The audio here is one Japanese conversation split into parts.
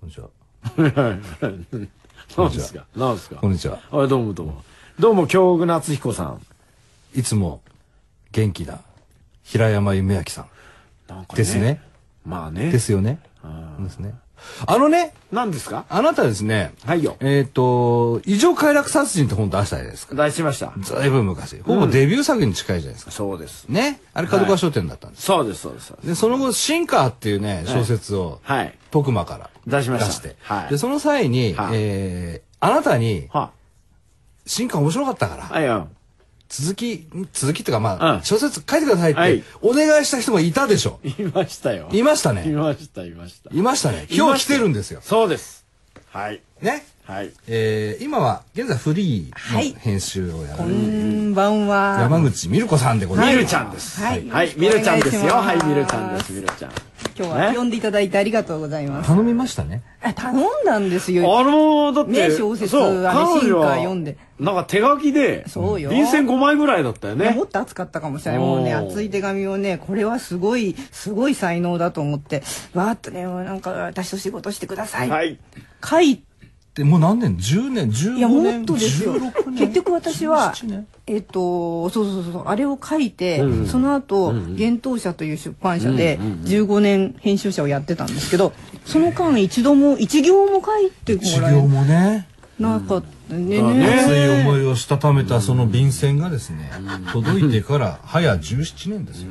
こんにちは。なんですかなんですかこんにちは。あどうもどうも。どうも、京極夏彦さん。いつも元気な平山夢明さん。なんかですね。まあね。ですよね。ですね。あのね、なんですかあなたですね、はいよえっ、と、異常快楽殺人って本出したじゃないですか。出しました。だいぶ昔。ほぼデビュー作に近いじゃないですか。そうです。ね。あれ、角は川い書店だったんです。そうです、そうです。そうですで、その後、シンカーっていうね、小説を、はい。徳間から出しましたて。はいで、その際に、はいえーあなたに、はシンカー面白かったから、あ。はいよ。続き、続きっていうかまうあ、ん小説書いてくださいはっいて、お願いした人もいたでしょ。いましたよ。いましたいね。ました、いました。いましたね。い今ま日来したてるんですよ。そうです。はい。ね。はい。えー今は、現在フリはーいの編集をやらこれる、んばんは。山口美る子さんでござみいるまちす。ゃんです。はいはい、みるちゃんですよ。おは願いい、しますみるちゃんです、みるちゃん。今日はね呼んでいただいてありがとうございます。頼みましたね。あ頼んだんですよ。あのー、だって、ね小説そうあの彼女は進化読んでなんか手書きで、そうよ便箋5枚ぐらいだったよいやねも。っと熱かったかもしれない。もうね、おー熱い手紙をね、これはすごい、すごい才能だと思って、わーっとね、なんか私と仕事してください。はい。書いてで、もう何年 ?10 年 ?15 年いやもっとですよ16年結局私は17年えっとそうそうそうそうあれを書いて、その後、幻冬舎という出版社で15年編集者をやってたんですけどその間一度も一行も書いても授らえ業もね、なかったね,、ね熱い思いをしたためたその便箋がですね、届いてから早17年ですよ。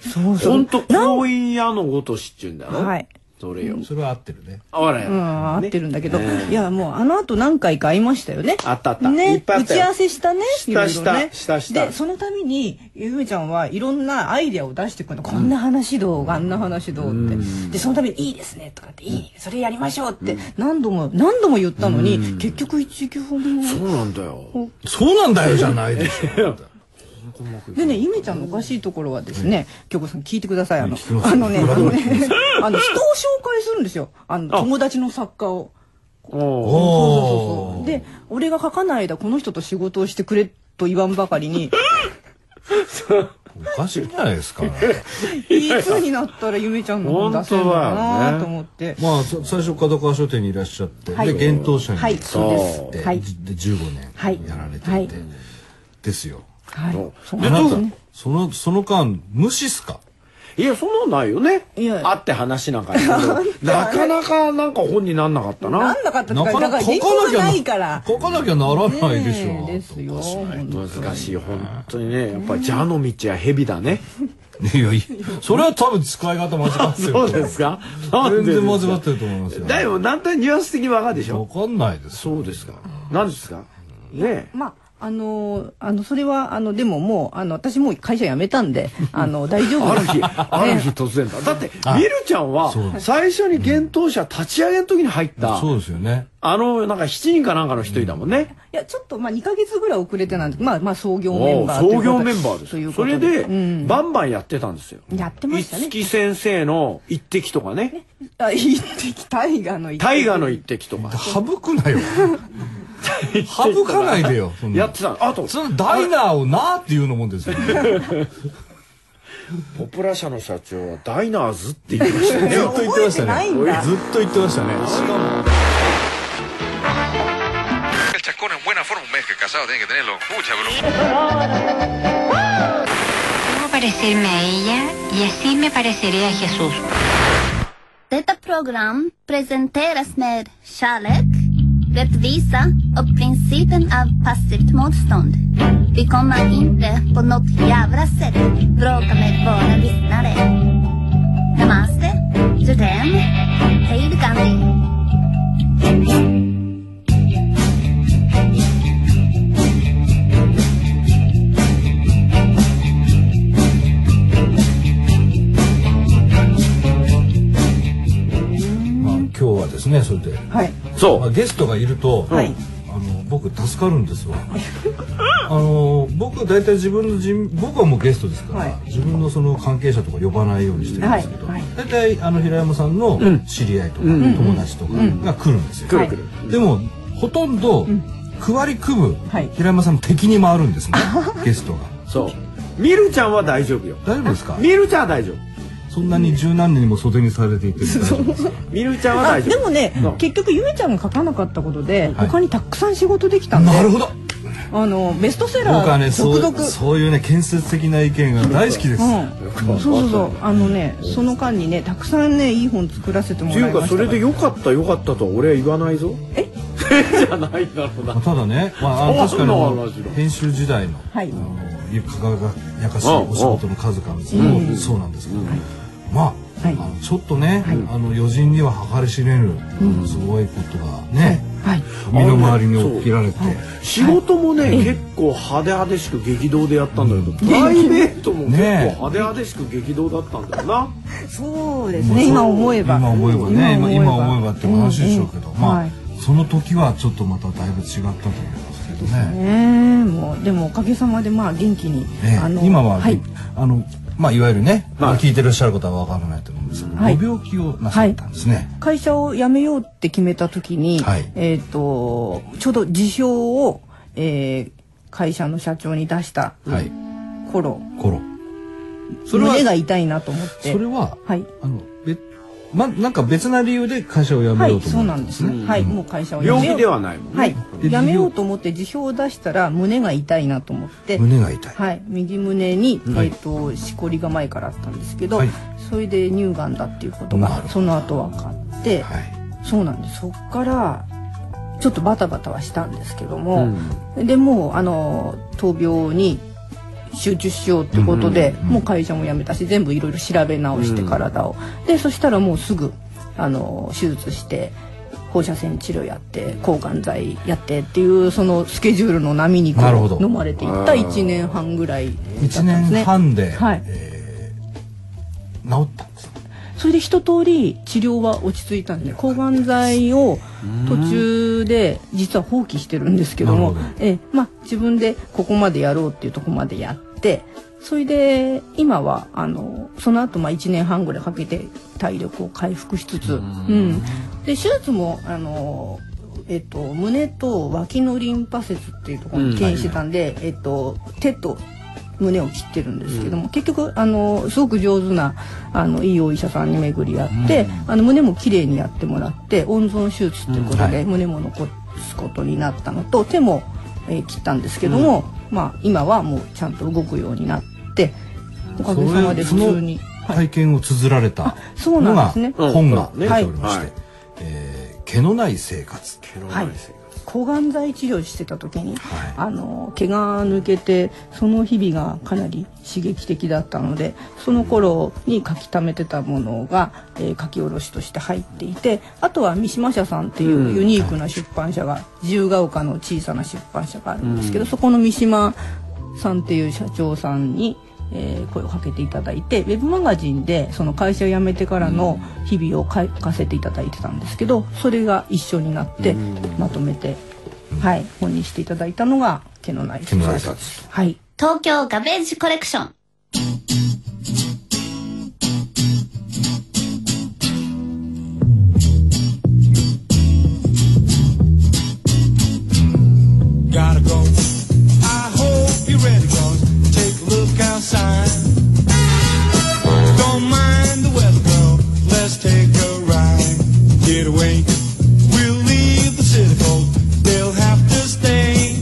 そうそほうんと、婚姻屋のごとしっちゅうんだろ。はい。それよ。それは合ってるね。あわらよ。うん、合ってるんだけど、ねいやもうあの後何回か会いましたよねあったあったねいっぱいあ打ったよち合わせしたねしたいろいろねしたしたでその度にゆめちゃんはいろんなアイデアを出してくるのこんな話どうあんな話どうってでその度に「いいですね」とかって「いいそれやりましょう」って何度も何度も言ったのに結局一行もそうなんだよ。そうなんだよじゃないでしょ。でね、ゆめちゃんのおかしいところはですね、京子さん聞いてください。あの聞きま、すあのね、あのね、あの人を紹介するんですよ。あの、友達の作家を。おそおうそうそうそうお。で俺が書かない間この人と仕事をしてくれと言わんばかり におかしいんじゃないですか。いつになったらゆめちゃんの本出せるのか本当だよなねと思って、まあそ最初角川書店にいらっしゃって、はいで幻冬舎に はい行そうそうでって、すはいじで15はい年やられていて、はいですよ。はいそうあなんなですたねそのその間無視っすか。いや、そんなのないよね。いやあって話なんかやけど なかなかなんか本になんなかったな。なんなかったとなかかだなかから書か原な稿がきゃないから書かなきゃならないでしねょ。えですよ難しい、本当にね。やっぱり蛇の道は蛇だね。いやいやそれは多分使い方間違ってる。そうですかなん全で然間違ってると思いますよ。だよ、なんとなくニュアンス的にわかるでしわょかんないです。そうですか。なんですかねえ。まああのーあのそれはあのでももうあの私もう会社辞めた んであの大丈夫ある日、ねある日突然だ。だって、ミルちゃんはそう、最初に幻冬舎立ち上げの時に入った、そうですよね。あの、なんか7人かなんかの一人だもんね。いやちょっとまあ2か月ぐらい遅れてなんでまあまあ創業メおンうバー創業メンバーとでいすうそことれうで、んバンバンやってたんですよ。やってましたね五木先生の一滴とかね。あ一滴大河の一滴大河の一滴とか。省くなよ。省 かないでよ。そんなやってたのあと、そのダイナーをなーっていうのもんですよ、ね。ポプラ社の社長はダイナーズって言いま したね。ずっと言ってまし覚えてなたいんだね。ずっと言ってましたね。しかも。 El chacón en buena forma, un mes que casado tiene que tenerlo. Mucha broma. Debo parecerme a ella y así me pareceré a Jesús. Detta program presenteras med kärlek, rättvisa och principen av passivt motstånd. Vi kommer inte på något jävla sätt bråka med våra lyssnare. Namaste, Jodem, Hej Gandhi. まあ今日はですね、それで。はいまそあう。ゲストがいると、はいあの僕助かるんですわ。あの僕は大体自分の人僕はもうゲストですから、はい自分のその関係者とか呼ばないようにしてるんですけど、はい大体あの平山さんの知り合いとか、友達とかが来るんですよ。くるくる。でもほとんど区割り組むはい平山さんの敵に回るんですね、ゲストが。そう。ミルちゃんは大丈夫よ。大丈夫ですか？ミルちゃんは大丈夫。そんなに十何年も袖にされていて大丈夫ですかみるりちゃんはあ大で丈夫。もね、うん結局ゆめちゃんが書かなかったことで、はい他にたくさん仕事できたんでなるほどあのベストセ僕ラはーねそ続う々そういうね建設的な意見が大好きです、うん、そうそうそうあのねその間にねたくさんねいい本作らせてもっらていいましうかたそれで良かった良かったとは俺は言わないぞ。えじゃないだろうな。ただね、まああの、確そかうになあのの編集時代のはいあの輝かしいお仕事の数々もそうなんですけど、まあ,、はいあのちょっとね、あの余人には計り知れぬ、すごいことがね、はい身の回りに起きられて、仕事もね、結構派手派手しく激動でやったんだけど、プライベートも結構ね派手派手しく激動だったんだよな。そうですね今思えば今思えばね今今思えばって話でしょうけど、んんまあ、はいその時はちょっとまただいぶ違ったと思いますけどね。ねえもうでもおかげさまでまあ元気に、ねあの今は、はいあのまあいわゆるね、はい聞いてらっしゃる方は分からないと思うんですけど、はいご病気をなさったんですね。会社を辞めようって決めた時に、はいえっ、とちょうど辞表を、えー会社の社長に出したはい。頃コロ。それは胸が痛いなと思ってそれは、はいあの、べ、ま、なんか別な理由で会社を辞めはよういと思そうっなたんんでですすねね。はいもう会社を辞めよう病気ではないもんね。はいで辞めようと思って辞表を出したら胸が痛いなと思って胸が痛い。はい、右胸に、はいえっ、と、しこりが前からあったんですけど、はいそれで乳がんだっていうことなるほが、どその後分かって、はい。そうなんです。そっから、ちょっとバタバタはしたんですけども、でもう、あの、闘病に集中しようってことで、もう会社も辞めたし、全部いろいろ調べ直して体を。で、そしたらもうすぐ、あの、手術して、放射線治療やって抗がん剤やってっていうそのスケジュールの波にこなるほどう飲まれていった1年半ぐらいだっ一たんです年ね。半で、はいえー治ったんです。それで一通り治療は落ち着いたんで抗がん剤を途中で実は放棄してるんですけどなもるほええまあ、自分でここまでやろうっていうとこまでやってそれで今はあのその後まあ1年半ぐらいかけて体力を回復しつつ、うん、で手術もあの、えっと、胸と脇のリンパ節っていうところに転移してたんで、えっと、手と胸を切ってるんですけども、結局あのすごく上手なあのいいお医者さんに巡り合って、あの胸も綺麗にやってもらって温存手術ということで、うんはい胸も残すことになったのと手も、えー切ったんですけども、まあ、今はもうちゃんと動くようになっておかげさまで普それ通に。その体験を綴られたそうのなんでがすね本が出ておりましはいて、えー毛のない生活。はい、抗がん剤治療してた時に、あの毛が抜けてその日々がかなり刺激的だったのでその頃に書き溜めてたものが、えー書き下ろしとして入っていてあとは三島社さんっていうユニークな出版社が自由が丘の小さな出版社があるんですけど、そこの三島さんっていう社長さんに、えー声をかけていただいてウェブマガジンでその会社を辞めてからの日々を書かせていただいてたんですけどそれが一緒になってまとめて、はい、本にしていただいたのが「毛のない毛のない生生活活。はい東京ガベージコレクション。 Gotta go. I hope you're ready, cause take a look outside. Don't mind the weather, girl. Let's take a ride. Get away. We'll leave the city cold. They'll have to stay.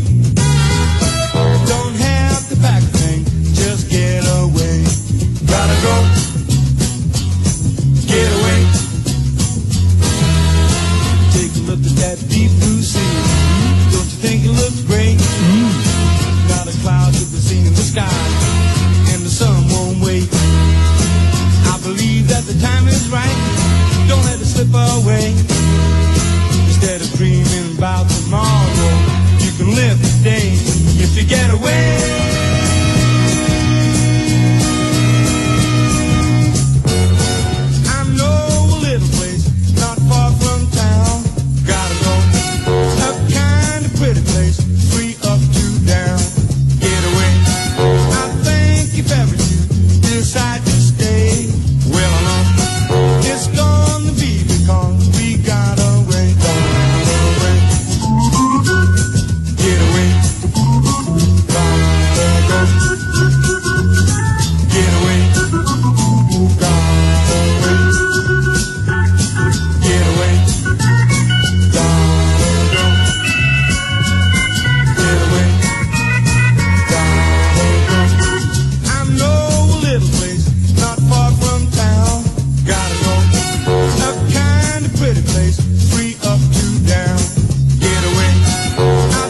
Don't have to pack a thing. Just get away. Gotta go. Get away. Take a look at that deep blue sea. Don't you think it looks great? Not a cloud to be seen in the sky, and the sun won't wait. I believe that the time is right. Don't let it slip away. Instead of dreaming about tomorrow, you can live today if you get away. I know a little place not far from town. Gotta go. A kind of pretty place, free up to down. Get away. I think if ever you decide to stay, well, I know it's gonna be because we got away. Got away. Get away. Got away. uh,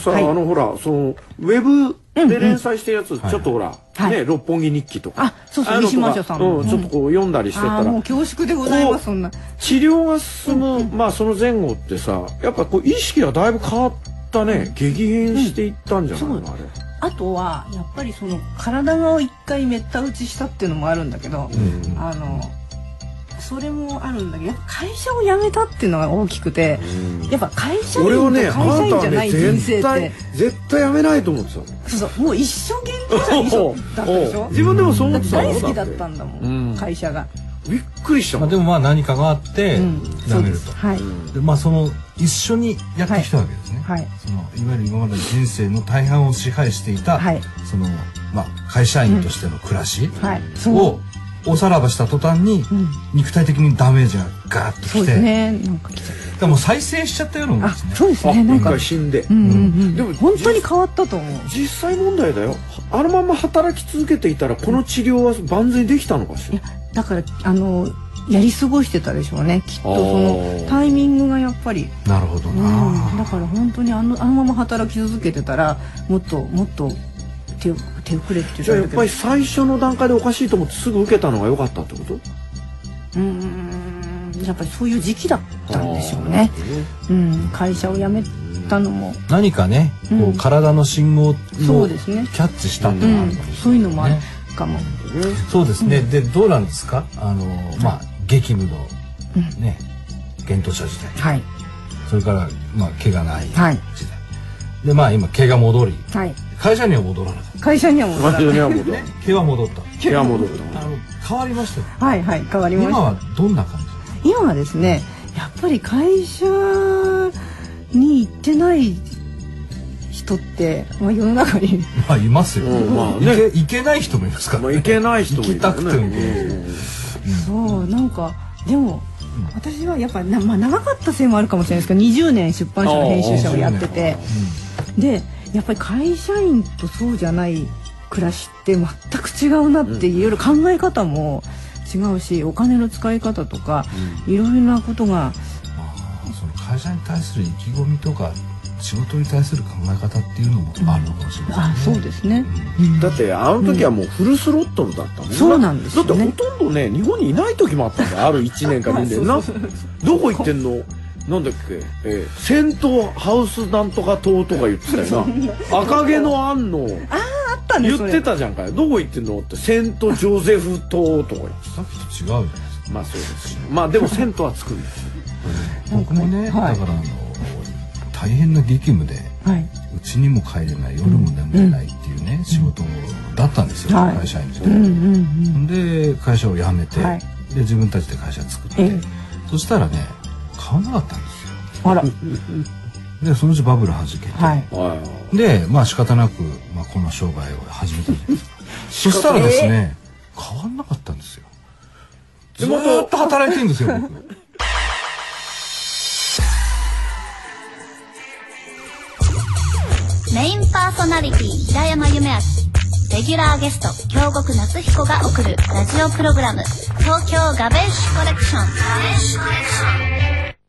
さ、はいあのほらそのウェブで連載してるやつ、ちょっとほら、はいね六本木日記とかあそうそうあいうのとか西村さんのうんちょっとこう読んだりしてたああら、もう恐縮でございこまうすそんな治療が進む、まあその前後ってさやっぱこう意識がだいぶ変わったね激変していったんじゃないの、うんあれ。あとはやっぱりその体が一回めった打ちしたっていうのもあるんだけど、あのそれもあるんだけどやっぱ会社を辞めたっていうのが大きくて、やっぱ会社員俺とは会ねあ社なた員じはゃなねい人生絶って、対絶対やめないと思ってたのそうそうもう一生懸命おうだったでしおょう自分でもそう思だっっててたの大好きだったんだもん、うん会社が、びっくりしたまもあ、んでもまあ何かがあってうん、やそうめでるすと、はいでまあその一緒にやってきたわけですね、はいそのいわゆる今までの人生の大半を支配していた、はいそのまあ会社員としての暮らしはいそうを、おさらばした途端に、ん肉体的にダメージがガーッとそうきでて、すねなんか来ちゃだからもう再生しちゃったようなもんうあですねそうですあねなん一か回死んで、うんうんうんででもも本当に変わったと思う実際問題だよあのまま働き続けていたらこの治療は万全にできたのかしらだからあのやり過ごしてたでしょうねきっとそあーのタイミングがやっぱり、なるほどうな、ん、だから本当にあのあのまま働き続けてたらもっともっと手を手遅れってじゃあや言っったぱり最初の段階でおかしいと思ってすぐ受けたのが良かったってことうーんやっぱりそういう時期だったんでしょうね。うん、会社を辞めたのも、何かね、うんこう体の信号をそうですねキャッチしたっていううのがあんるかも、しそういうのもあるねかも。そうですね。でどうなんですか。あのまあ激務のね、検討者時代、はい、それからまあ怪我ない時代、はいでまあ今毛が戻り、はい、会社には戻らなかっ会社にはもうマジでねもうた。毛は戻った。毛は戻ったあの変わりましたよ。はいはい変わりまし今た。はどんな感じ？今はですねやっぱり会社に行ってない人って、まあ、世の中にまあいますよ。うんまあいねけいけない人もいますから、まあいけない人もいる行きたくても行けないうんそうなんかでも私はやっぱな、まあ、長かったせいもあるかもしれないですけど20年出版社の編集者をやっててでやっぱり会社員とそうじゃない暮らしって全く違うなっていろいろ考え方も違うしお金の使い方とかいろいろなことがあーその会社に対する意気込みとか仕事に対する考え方っていうのもあるのかもしれないあですね。そうですね。だってあの時はもうフルスロットルだったもんねそうなんですよねだってほとんどね日本にいない時もあったんだよある1年か2年などこ行ってんのなんだっけ、えー、戦闘ハウスなんとか島とか言ってたよな赤毛の安のあったね言そっれてたじゃんかよどこ行ってんのってセント・ジョゼフ島とか言ってさっきと違うじゃないですか。まあそうですよまあでもセントはつくんですよ僕もね、はいだからあの大変な激務ではい、うちにも帰れない夜も眠れないっていうね、仕事だったんですよ、はい会社員で、うんうんうん、ほんで会社を辞めて、はいで自分たちで会社作って、ええそしたらね買わなかったんですあら、よでそのうちバブルはじけて、はい。はいでまあ仕方なく、まあ、この商売を始めたん ですそしたらですね、変わんなかったんですよずーっと働いてるんですよ僕メインパーソナリティ平山夢明レギュラーゲスト京極夏彦が送るラジオプログラム「東京ガベッシュコレクション」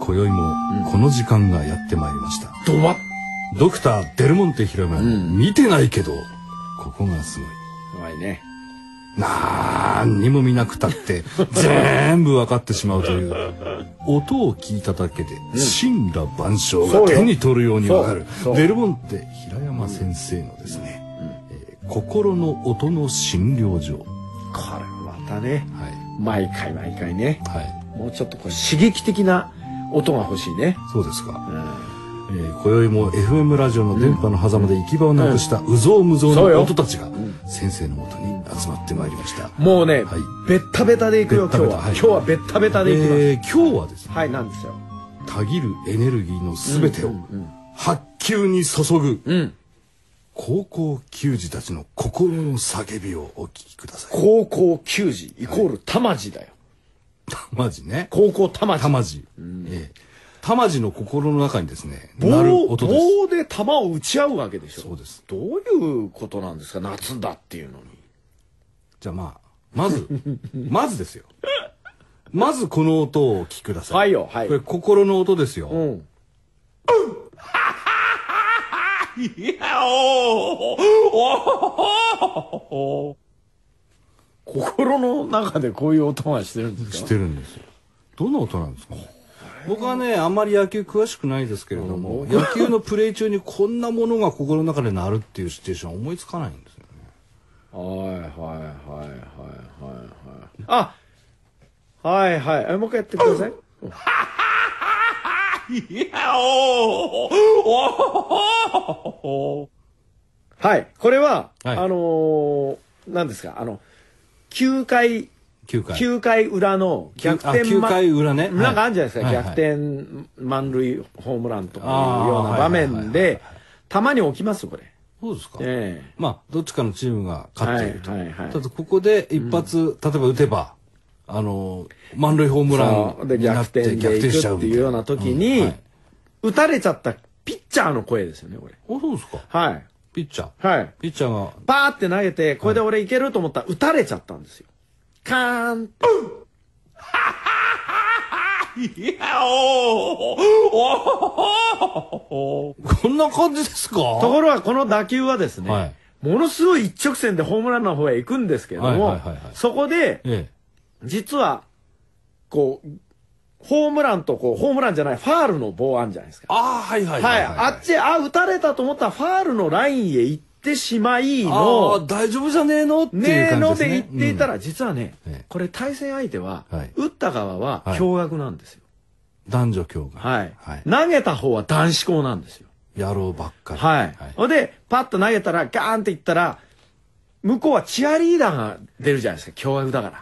今宵もこの時間がやってまいりました、ドバッドクター・デルモンテ・ヒラメ、ん見てないけど、ここがすごい。うまいねなんにも見なくたって、全部わかってしまうという。音を聞いただけで、神羅万象そがうよ手に取るようにわかるそうそう。デルモンテ・平山先生のですね、えー心の音の診療所。これまたねはい。毎回毎回ねはい。もうちょっとこう刺激的な音が欲しいねそうですか。えー今宵も FM ラジオの電波の狭間で行き場をなくしたうぞうむぞうそうのよ音たちが先生のもとに集まってまいりました。もうね、はいベッタベタでいくよベッ今タ日ベタ、ははい今日はベッタベタでいきます、えー今日はですねはいなんですよたぎるエネルギーのすべてを発球に注ぐ、ん高校球児たちの心の叫びをお聞きください。高校球児イコール玉地だよ、マジね。高校玉地たまじ。ええ玉地の心の中にですね、なる棒音です。棒で球を打ち合うわけでしょそうですどういうことなんですか夏だっていうのにじゃあまあ、まず、まずですよ。まずこの音をお聞きください。はいよはいこれ心の音ですよ。うん心の中でこういう音がしてるんですかしてるんですよ。どんな音なんですかね僕はね、あんまり野球詳しくないですけれども、野球のプレー中にこんなものが心の中で鳴るっていうシチュエーションは思いつかないんですよね。はいはいはいはいはいはい。あはいはい。えもう一回やってくだ さい。はい。これは、はいあのー、何ですかあの、9回、 9回。 9回裏の逆転あ9回裏ねはいなんかあるんじゃないですか、はいはい逆転満塁ホームランとかいうようなあー場面はいはいはいはで、たまに起きますよ、これ。そうですか、ええまあ、どっちかのチームが勝っていると。はいはいはいただ、ここで一発、例えば打てば、あの、満塁ホームラそうンでに逆なって転逆でい転くしちゃうっみてたいうような時に、んはい打たれちゃったピッチャーの声ですよねこれあ、そうですか。はいピッチャー。はいピッチャーが、パーって投げてこれで俺いけると思ったら打たれちゃったんですよカーンってこんな感じですかところがこの打球はですね、はいものすごい一直線でホームランの方へ行くんですけども、はいはいはいはいそこでえ実はこうホームランとこうホームランじゃないファールの棒あるじゃないですかああ、はいはいはい、あっち、あ、打たれたと思ったらファールのラインへ行ってしまいあーの、大丈夫じゃねえのってねいうえ感のじですでね。行っていたら、うん実はねええ、これ対戦相手ははい、打った側ははい驚愕なんですよ。男女共が。はいはい。。投げた方は男子校なんですよ。野郎ばっかり。はい。ほんで、パッと投げたら、ガーンっていったら、向こうはチアリーダーが出るじゃないですか、驚愕だから。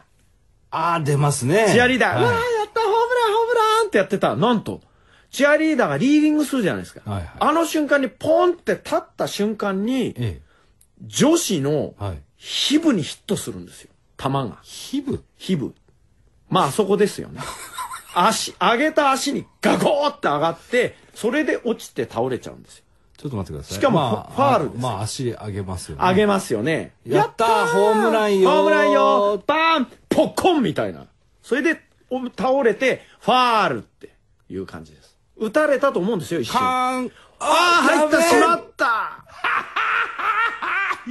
ああ、出ますね。チアリーダー、うわはーやいった、ホームラン、ホームランってやってたら、なんと、チアリーダーがリーディングするじゃないですか。はいはいあの瞬間に、ポンって立った瞬間に、え女子のえ。はい。皮膚にヒットするんですよ。球が。皮膚皮膚。まあ、あそこですよ ね。足、上げた足にガコーって上がって、それで落ちて倒れちゃうんですよ。ちょっと待ってください。しかもまあファファールですまあ、足上げますよね。上げますよね。やったーホームランよーホームランよーバーンポッコンみたいな。それで、お倒れて、ファールっていう感じです。打たれたと思うんですよ、一瞬。カーンああ、入った、しまっ った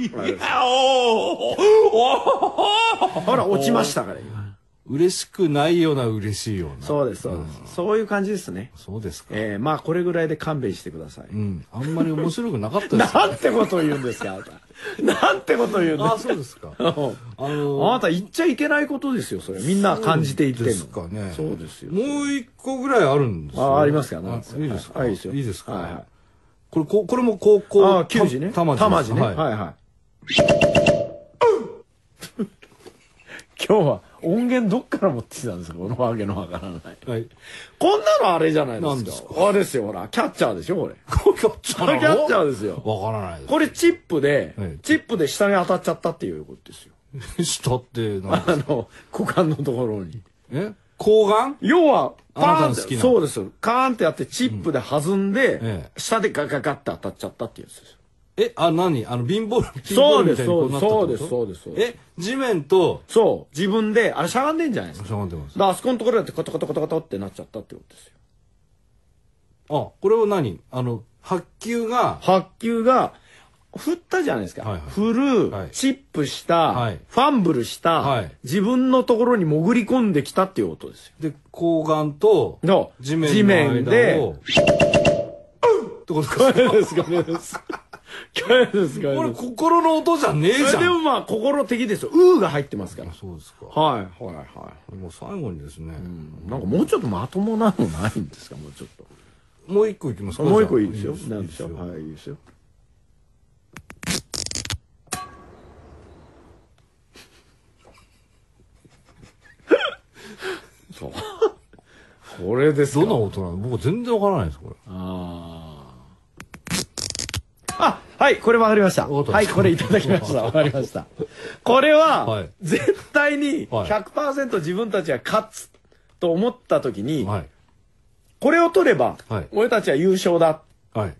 ほら、落ちましたから、今。嬉しくないような嬉しいような。そうです、そうです。そういう感じですね。そうですか。えー、まあ、これぐらいで勘弁してください。うん。あんまり面白くなかったです なんてことを言うんですか、あなた。 なんてことを言うんあであ、すそうですか。か。 うあんのあなた言っちゃいけないことですよ、それ。みんな感じていってんの。ですかね。そうですよ。もう一個ぐらいあるんですよ。あありますかあなんかいいですか。はいいいですよいいですか。はいはいこれここれも高校ああ、球児ね。たまじ玉地ね。はいはい、はい。今日は音源どっから持ってきたんですかこのわけのわからない。はい。 こんなのあれじゃないでなんですすか。あれですよ、ほら。キャッチャーでしょ、これ。これキャッチャこれキャッチャーですよ。わからないです。これチップではい、チップで下に当たっちゃったっていうことですよ。れ下ってなんあかの、股間のところに。 え抗がん要は、パあなたーンのっ好きて、なそうですよ。カーンってやってチップで弾んで、ええ下でガガガって当たっちゃったっていうやつですよ。えあ何あの貧乏貧そう乏でみたすいにこうなったってことそうですそうですそうでえ地面とそう。自分で、あれしゃがんでんじゃないですか。しゃがんでますだ。からあそこのところだってコトコトコトコトってなっちゃったってことですよ。あこれは何あの発球が発球が、振ったじゃないですか。はいはい振る、はいチップした、はいファンブルした、はい自分のところに潜り込んできたっていうことですよ。で抗がんとの地面地の面間でをってことかこれです、これです。これです、ここれれです。心の音じゃねえそじれでゃもんまあ、心的ですよ。うーが入ってますから。そうですかはい、はい、はもう最後にですね、い。なんかもうちょっとまともなのないんですか、もうちょっと。もう一個いきますかもう一個いいですよ。いいなんでしょいいですよはい、いいですよ。 そう。これですどんか。な音なの僕全然わからないですこれあーあ、はい、これわかりました。わかったはい、これいただきま した。わかりました。これは、はい絶対にはい100%自分たちが勝つと思った時に、はいこれを取れば、はい俺たちは優勝だっはい。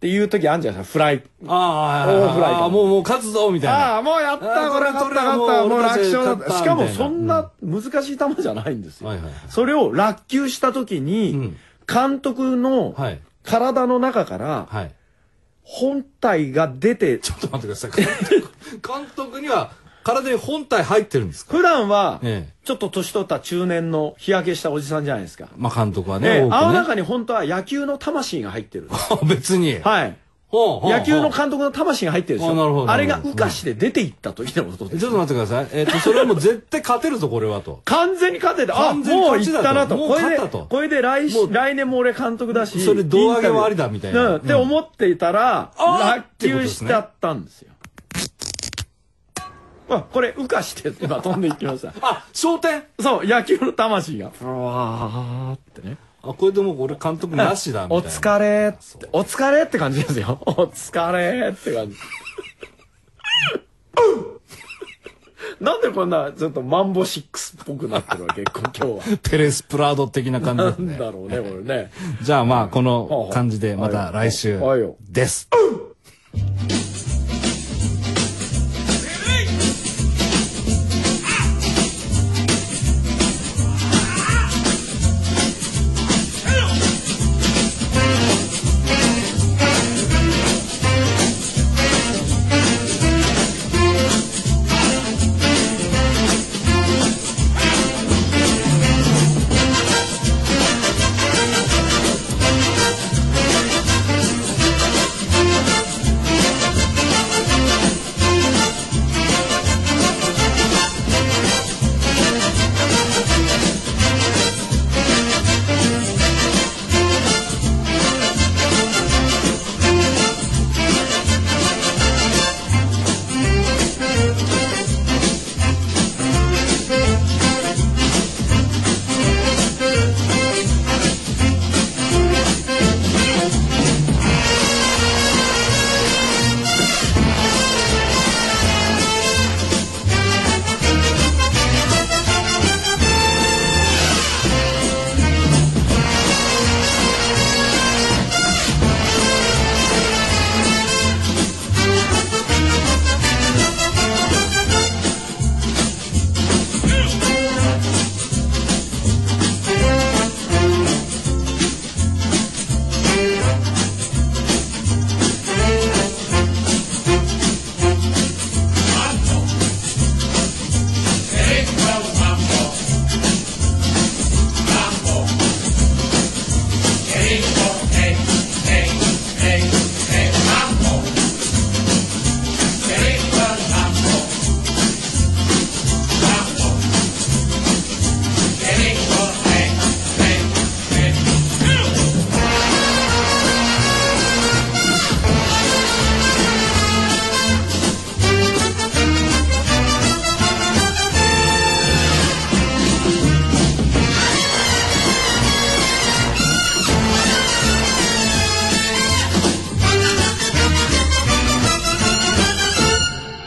ていう時あんじゃん、フライ。あーオーフライあー、もう、もう勝つぞ、みたいな。ああ、もうやっあた、ーこれ勝った、勝った、これもう楽取れた勝だっ俺たた。ちしかも勝ったそんな難しい球じゃないんですよ。はいはいはいそれを落球した時うにん、監督のはい。体の中から、はい。本体が出て、ちょっと待ってください。 監督監督には、体に本体入ってるんですか普段はええ、ちょっと年取った中年の日焼けしたおじさんじゃないですか。まあ、監督はね、ええ、多くあのね。中に本当は野球の魂が入ってる。 別に。はい。ほうほうほう野球の監督の魂が入ってるでしあなるほょ。どあれが羽化して出ていった時のことでちすょっと待ってください。えっ、 と、それはもう絶対勝てるぞ、これはと。完全に勝てた。あ、完全にもう勝いっちだたとなと。もうこれ勝っでたと、これで来もしう来年も俺監督だし。それ胴上げはありだインタビューみたいなうんって思っていたら、あー落球しちゃったんですよ。あこれ、羽化して今飛んでいきました。あ、焦点そう、野球の魂が。うわーってね。あ、これでもう俺監督なしだ、みたいおな。疲れって、お疲れって感じです よ。お疲れって感じ。 なんでこんな、ちょっとマンボシックスっぽくなってるわけ結 構今日は。テレスプラード的な感じな ですんね。だろうね、これね。じゃあまあ、この感じでまた来週はいよです。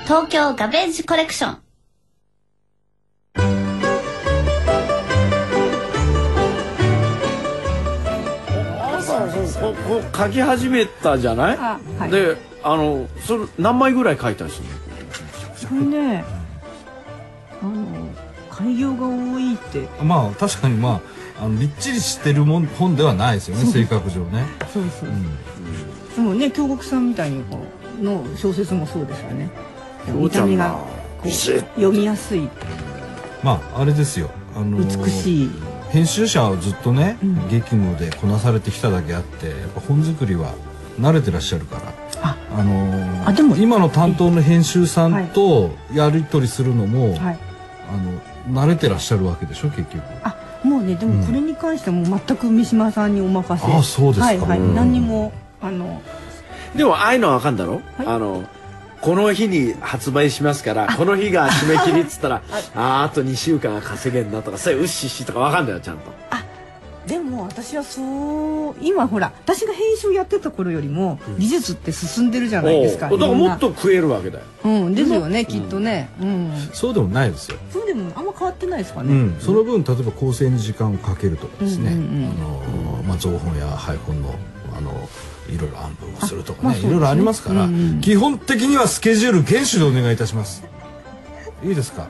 東京ガベージコレクションここう書き始めたじゃない、あはいで、あの、それ何枚ぐらい書いたんですそれねあの開業が多いってまあ、確かにまあ、あの、びっちりしてるもん本ではないですよね、性格上ね。そうそうそう、でもね京極さんみたいにこうの小説もそうですよね見た目がこう読みやすいまあ、あれですよ。あのー美しい編集者をずっとね、激務でこなされてきただけあってやっぱ本作りは慣れてらっしゃるからああのーあでも今の担当の編集さんとやり取りするのも、はいあの慣れてらっしゃるわけでしょ結局あもうねでもこれに関してはもう全く三島さんにお任せあそうですかはいはいうん何にもあのでもああいうのはわかんだろ、はいあのこの日に発売しますからこの日が締め切りっつった らあーあと2週間は稼げんなとかそういううっしっしとかわかんだよちゃんとでも私はそう今ほら私が編集やってた頃よりも技術って進んでるじゃないですか、おうだからいろんもなっと食えるわけだようんですよねきっとねうん、そうでもないですよ、そうでもあんま変わってないですかうね、ん、その分例えば構成に時間をかけるとかですね、うんうんうんあのーまあ、情報や配本のあのいろいろ案分をするとかね,、いろいろありますから、基本的にはスケジュール厳守でお願いいたしますいいですか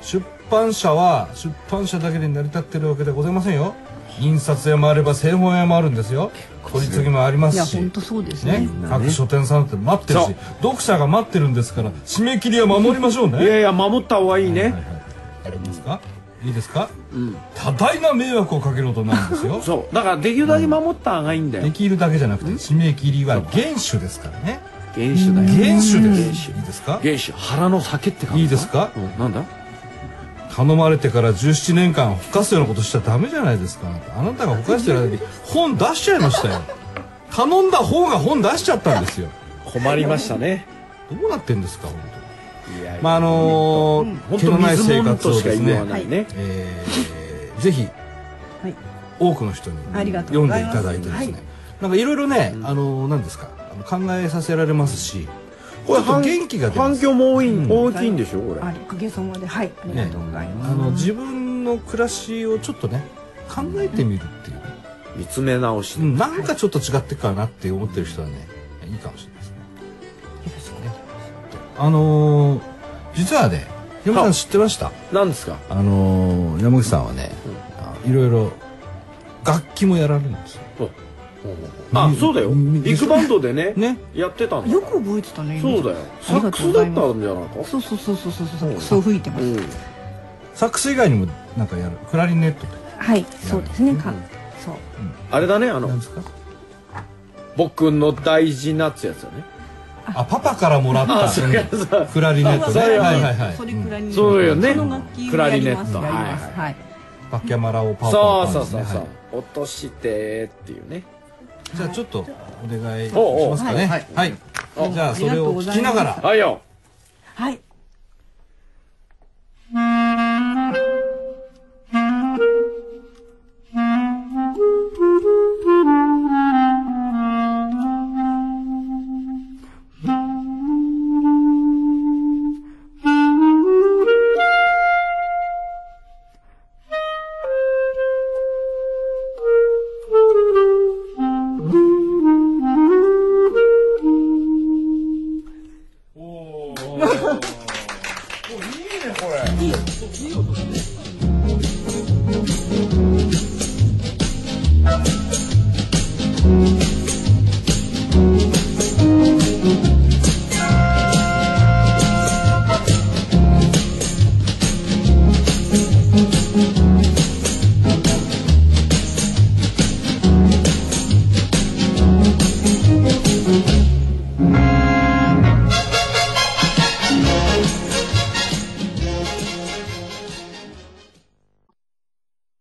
出版社は出版社だけで成り立ってるわけではございませんよ印刷屋もあれば製本屋もあるんですよ取り次ぎもありまいすやし本当そうですねね、各書店さんだって待ってるしそう読者が待ってるんですから締め切りは守りましょうねいやいや守った方がいいねありますかいいですか、多大な迷惑をかけることになるんですよ そうだからできるだけ守った方がいいんだよできるだけじゃなくて締め切りは厳守ですからね原酒だ厳よ守で厳す守いいですか原酒腹の酒って感じいいですかうんなんだ頼まれてから17年間ふかすようなことしちゃダメじゃないですかあなたあなたがふかしてる間に本出しちゃいましたよ頼んだ方が本出しちゃったんですよ困りましたねどうなってんですか本当にいやいやまああのー本毛当のない水生物活とをしかです言いようがねないねえーぜひはい多くの人にありがと読うごんでざいいますただいてですね、はいなんかいろいろね、あの何ですかあの考えさせられますしこれ反元気が出ま反す、響も多い大きいんでしょこれあおかげさまではいありがねとうございます、あの自分の暮らしをちょっとね考えてみるっていう、見つめ直しうんなんかちょっと違ってっからなって思ってる人はねいいかもしれないですねあのー実はね山口さん知ってましたなんですかあのー山口さんはね、あいろいろ楽器もやられるんですよあそうだようんビッグバンドでねねやってたんだよく覚えてたねそうだよあサりッがクとうスごだざっいたんますじゃないかそうそうそうそうそうそうそう吹いてまうすんサックス以外にもなんかやるクラリネットとかはいそうですねかそうあれだねあなんのですか僕の大事なってやつだねあパパからもらったそれからさクラリネットねそはいれはいはいそれくらいにそうよねその楽器クラやリりネまッすトやりますはいはいはいうんパッキャマラをパそパうパそうそうですそねう落としてっていうねはいじゃあちょっとお願いしおうおうますかねははいいはいじゃあそれを聞きながらはいよはい